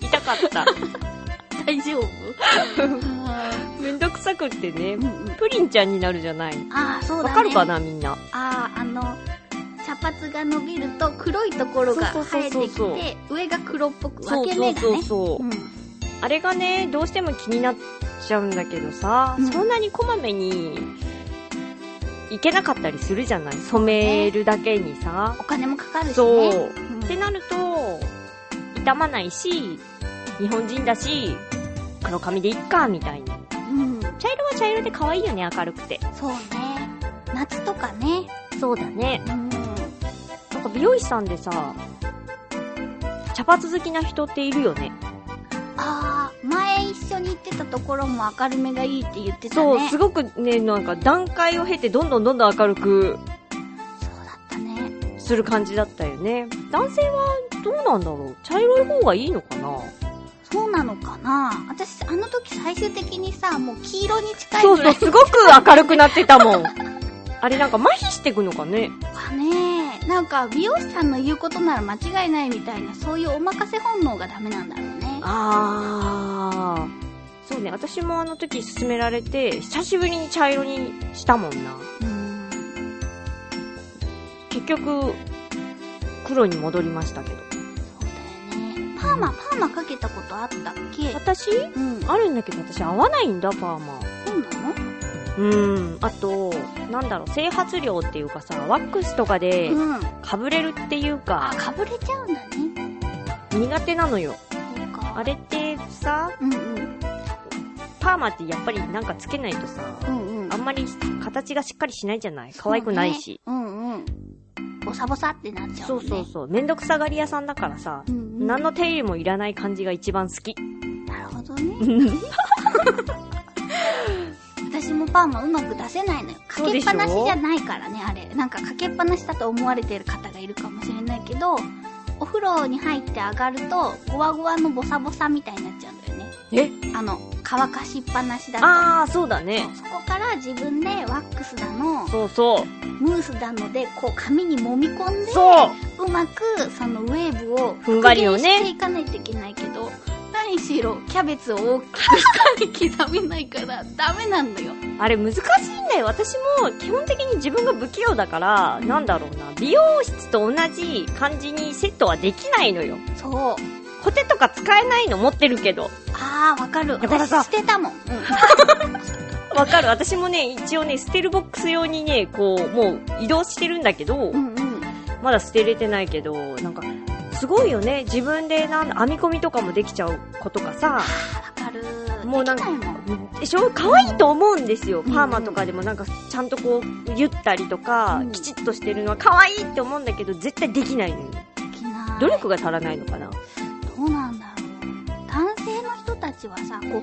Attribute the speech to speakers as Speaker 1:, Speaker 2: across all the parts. Speaker 1: 痛かった。
Speaker 2: 大丈夫 あ
Speaker 1: めんどくさくってね
Speaker 2: ーう、んうん
Speaker 1: プリンちゃんになるじゃない。
Speaker 2: あー、そうだね。
Speaker 1: わかるかな、みんな。
Speaker 2: ああ、あの、茶髪が伸びると黒いところが
Speaker 1: そうそう
Speaker 2: 生
Speaker 1: そう
Speaker 2: えて
Speaker 1: そう
Speaker 2: き
Speaker 1: そう
Speaker 2: て、上が黒っぽく、
Speaker 1: そ
Speaker 2: 分
Speaker 1: う
Speaker 2: け
Speaker 1: そ
Speaker 2: 目
Speaker 1: う
Speaker 2: が
Speaker 1: そう
Speaker 2: ね。
Speaker 1: そう。
Speaker 2: うん
Speaker 1: あれがね、どうしても気になっちゃうんだけどさ、
Speaker 2: うん
Speaker 1: そんなにこまめに、いけなかったりするじゃない染めるだけにさ。
Speaker 2: お金もかかるしね。
Speaker 1: そう。
Speaker 2: うん
Speaker 1: ってなると、傷まないし、日本人だし、黒髪でいっか、みたいな。
Speaker 2: うん。
Speaker 1: 茶色は茶色で可愛いよね、明るくて。
Speaker 2: そうね。夏とかね。
Speaker 1: そうだね。
Speaker 2: うん。
Speaker 1: なんか美容師さんでさ、茶髪好きな人っているよね。
Speaker 2: ああ、前一緒に行ってたところも明るめがいいって言ってたね。
Speaker 1: そう、すごくね、なんか段階を経てどんどんどんどん明るく
Speaker 2: そうだったね。
Speaker 1: する感じだったよね。男性はどうなんだろう茶色い方がいいのかな
Speaker 2: そうなのかな私、あの時最終的にさ、もう黄色に近い
Speaker 1: そ
Speaker 2: ぐ
Speaker 1: うそ
Speaker 2: ら
Speaker 1: う、
Speaker 2: い
Speaker 1: すごく明るくなってたもん。 あれなんか麻痺してくのかね
Speaker 2: かね。なんか、美容師さんの言うことなら間違いないみたいな、そういうお任せ本能がダメなんだろうね。
Speaker 1: あー。そうね、私もあの時勧められて、久しぶりに茶色にしたもんな。
Speaker 2: うん。
Speaker 1: 結局、黒に戻りましたけど。
Speaker 2: そうだよね。パーマ、パーマかけたことあったっけ
Speaker 1: 私
Speaker 2: うん。あ、
Speaker 1: あるんだけど私合わないんだ、パーマ。
Speaker 2: そうなの
Speaker 1: うん。あと、なんだろう、整髪料っていうかさ、ワックスとかで、
Speaker 2: うん。
Speaker 1: かぶれるっていう
Speaker 2: あ、
Speaker 1: か、
Speaker 2: かぶれちゃうんだね。
Speaker 1: 苦手なのよ。
Speaker 2: そうか。
Speaker 1: あれってさ、
Speaker 2: うんうん。
Speaker 1: パーマってやっぱりなんかつけないとさ、
Speaker 2: うんうん。
Speaker 1: あんまり形がしっかりしないじゃない可愛くないし。
Speaker 2: そうね。うんうん。ボサボサってなっちゃう
Speaker 1: そう
Speaker 2: もんね。
Speaker 1: そうそう。めんどくさがり屋さんだからさ、
Speaker 2: うんうん。
Speaker 1: 何の手入れもいらない感じが一番好き。
Speaker 2: なるほどね。私もパーマうまく出せないのよ。か
Speaker 1: そう
Speaker 2: け
Speaker 1: で
Speaker 2: っ
Speaker 1: しょ
Speaker 2: ぱなしじゃないからね、あれ。なんかかけっぱなしだと思われてる方がいるかもしれないけど、お風呂に入って上がると、ゴワゴワのボサボサみたいになっちゃうんだよね。
Speaker 1: え
Speaker 2: あの、乾かしっぱなしだと。
Speaker 1: ああ、そうだね。
Speaker 2: そこから自分でワックスだの、
Speaker 1: そうそ
Speaker 2: ムースだので、こう髪に揉み込ん
Speaker 1: う。
Speaker 2: で、
Speaker 1: そう
Speaker 2: うまくそのウェーブを
Speaker 1: ふんわりを
Speaker 2: 復
Speaker 1: ね
Speaker 2: 元していかないといけないけど、何しろキャベツを大きくしたり刻めないからダメなんだよ。
Speaker 1: あれ難しいんだよ。私も基本的に自分が不器用だから、
Speaker 2: うん
Speaker 1: なんだろうな。美容室と同じ感じにセットはできないのよ。
Speaker 2: そう。
Speaker 1: コテとか使えないの持ってるけど。
Speaker 2: あー、わかる。
Speaker 1: だから
Speaker 2: 私
Speaker 1: さ
Speaker 2: してたもん。うん
Speaker 1: わかる。私もね、一応ね、捨てるボックス用にね、こう、もう移動してるんだけど、
Speaker 2: うんうん。
Speaker 1: まだ捨てれてないけど、なんか、すごいよね。自分でなん編み込みとかもできちゃう子とかさ、
Speaker 2: わかる。
Speaker 1: もうなん
Speaker 2: で
Speaker 1: か
Speaker 2: きないもん。
Speaker 1: でしょ可愛いと思うんですよ。
Speaker 2: うん
Speaker 1: パーマとかでもなんか、ちゃんとこう、ゆったりとか
Speaker 2: うん、
Speaker 1: きちっとしてるのは可愛いって思うんだけど、絶対できないのよ。
Speaker 2: できない。
Speaker 1: 努力が足らないのかな
Speaker 2: どうなんだろう。男性の人たちはさ、こう、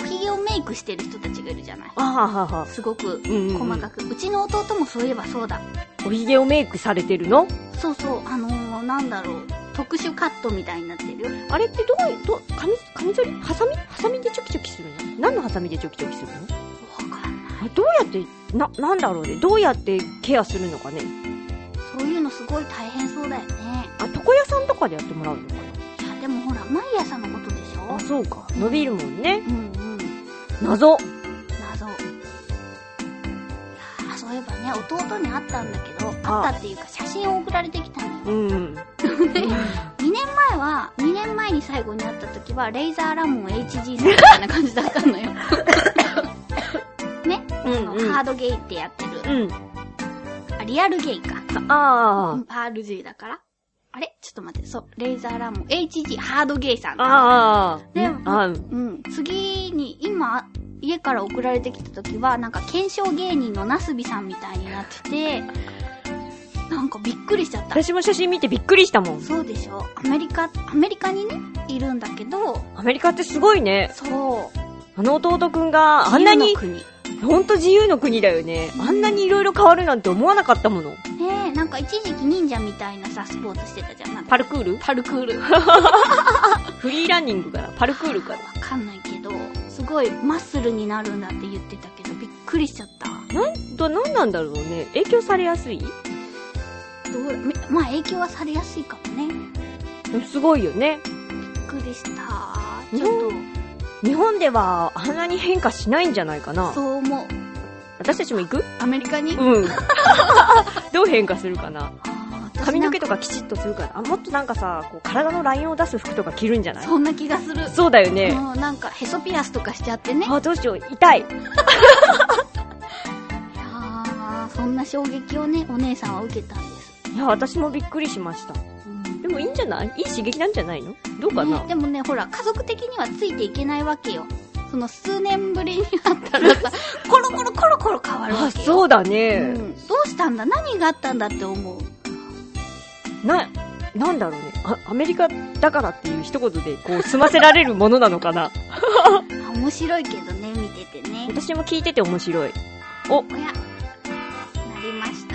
Speaker 2: おひげをメイクしてる人たちがいるじゃない。
Speaker 1: あははは。
Speaker 2: すごく
Speaker 1: うん、うん。
Speaker 2: 細かく。うちの弟もそういえばそうだ。
Speaker 1: おひげをメイクされてるの
Speaker 2: そうそう、あのー、なんだろう。特殊カットみたいになってるよ。
Speaker 1: あれってどういう、ど、カミ、カミソリハサミハサミでチョキチョキするの何のハサミでチョキチョキするの
Speaker 2: わかんない。
Speaker 1: あれどうやって、な、なんだろうね。どうやってケアするのかね。
Speaker 2: そういうのすごい大変そうだよね。
Speaker 1: あ、床屋さんとかでやってもらうのか
Speaker 2: いや、でもほら、毎朝のことでし
Speaker 1: な
Speaker 2: ょ
Speaker 1: あ、そうか。伸びるもんね。
Speaker 2: うんうん。
Speaker 1: 謎。
Speaker 2: 謎。いやーそういえばね、弟に会ったんだけど、会ったっていうか写真を送られてきたのよ。
Speaker 1: うん。
Speaker 2: 2年前は、2年前に最後に会った時は、レイザーラモン HG さんみたいな感じだったの よ。ね、
Speaker 1: うん
Speaker 2: あの
Speaker 1: うん
Speaker 2: ハードゲイってやってる。
Speaker 1: うん。
Speaker 2: あリアルゲイか。
Speaker 1: あ
Speaker 2: RG だから。あれちょっと待って、そう、レイザーラモン HG ハードゲイさん
Speaker 1: あ。
Speaker 2: だ
Speaker 1: ああ。
Speaker 2: で
Speaker 1: あ
Speaker 2: うん。次に、今、家から送られてきた時は、なんか、検証芸人のなすびさんみたいになってて、なんかびっくりしちゃった。
Speaker 1: 私も写真見てびっくりしたもん。
Speaker 2: そうでしょアメリカ、アメリカにね、いるんだけど、
Speaker 1: アメリカってすごいね。
Speaker 2: そう。
Speaker 1: あの弟くんがあんな
Speaker 2: 自由
Speaker 1: に
Speaker 2: の、国
Speaker 1: ほんと自由の国だよね。あんなに色々変わるなんて思わなかったもの。
Speaker 2: ねえ、なんか一時期忍者みたいなさ、スポーツしてたじゃん。なんか
Speaker 1: パルクール
Speaker 2: パルクール。わ
Speaker 1: フリーランニングから、パルクールから。
Speaker 2: かんないけど、すごいマッスルになるんだって言ってたけど、びっくりしちゃった。
Speaker 1: ど、なんなんだろうね。影響されやすい
Speaker 2: どうめまあ影響はされやすいかもね。
Speaker 1: でもすごいよね。
Speaker 2: びっくりした。
Speaker 1: 日
Speaker 2: ちょ
Speaker 1: 本
Speaker 2: っと。
Speaker 1: 日本ではあんなに変化しないんじゃないかな。
Speaker 2: そう思う。
Speaker 1: 私たちも行く
Speaker 2: アメリカに、
Speaker 1: うん。 どう変化するかな。
Speaker 2: あー
Speaker 1: 髪の毛
Speaker 2: 私
Speaker 1: とかきちっとするから。あ、もっとなんかさ、こう体のラインを出す服とか着るんじゃ
Speaker 2: な
Speaker 1: なんい
Speaker 2: かそんな気がする。
Speaker 1: そうだよね。
Speaker 2: もうなんか、へそピアスとかしちゃってね。い
Speaker 1: あ、どうしよう。痛い。
Speaker 2: やーそんな衝撃をね、お姉さんは受けたんです。
Speaker 1: いや、私もびっくりしました。
Speaker 2: うん
Speaker 1: でもいいんじゃないいい刺激なんじゃないのどうかな、
Speaker 2: ねでもね、ほら、家族的にはついていけないわけよ。その数年ぶりに会ったら さ、コロコロコロコロ変わるわ
Speaker 1: あ、
Speaker 2: けよ。
Speaker 1: そうだ
Speaker 2: う
Speaker 1: ね。
Speaker 2: ん、どうしたんだ何があったんだって思う。
Speaker 1: な、なんだろうね。あ、アメリカだからっていう一言でこう済ませられるものなのかな
Speaker 2: あ面白いけどね、見ててね。
Speaker 1: 私も聞いてて面白い。
Speaker 2: おや、なりました。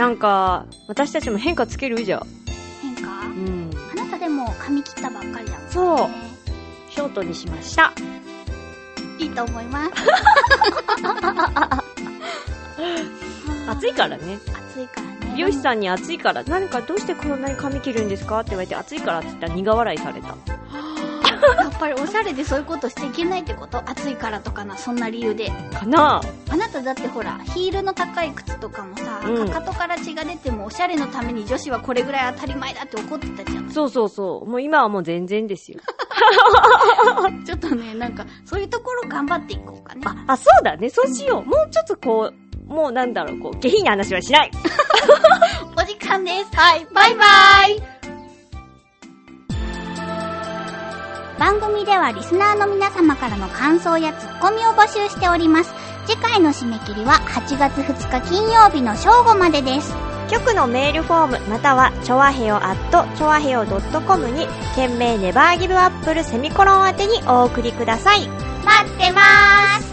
Speaker 1: なんか、私たちも変化つけるじゃん。
Speaker 2: 変化
Speaker 1: うん。
Speaker 2: あなたでも髪切ったばっかりだもんね。
Speaker 1: そう。ショートにしました。
Speaker 2: いいと思います。
Speaker 1: 暑いからね。
Speaker 2: 暑いからね。
Speaker 1: 美容師さんに暑いから、何かどうしてこんなに髪切るんですかって言われて、暑いからって言ったら苦笑いされた。
Speaker 2: やっぱりおしゃれでそういうことしていけないってこと暑いからとかな、そんな理由で。
Speaker 1: かな
Speaker 2: あなただってほら、ヒールの高い靴とかもさ、
Speaker 1: うん
Speaker 2: かかとから血が出てもおしゃれのために女子はこれぐらい当たり前だって怒ってたじゃん。
Speaker 1: そうそうそう。もう今はもう全然ですよ。
Speaker 2: ちょっとね、なんか、そういうところ頑張っていこうかね。
Speaker 1: あ、あ、そうだね。そうしよう。もうちょっとこう、もうなんだろう、こう、下品な話はしない。
Speaker 2: お時間です。はい、バイバイ番組ではリスナーの皆様からの感想やツッコミを募集しております。次回の締め切りは8月2日金曜日の正午までです。
Speaker 1: 局のメールフォーム、または、ちょわへよ at、ちょわへよ .com に、件名ネバーギブアップルセミコロン宛てにお送りください。
Speaker 2: 待ってまーす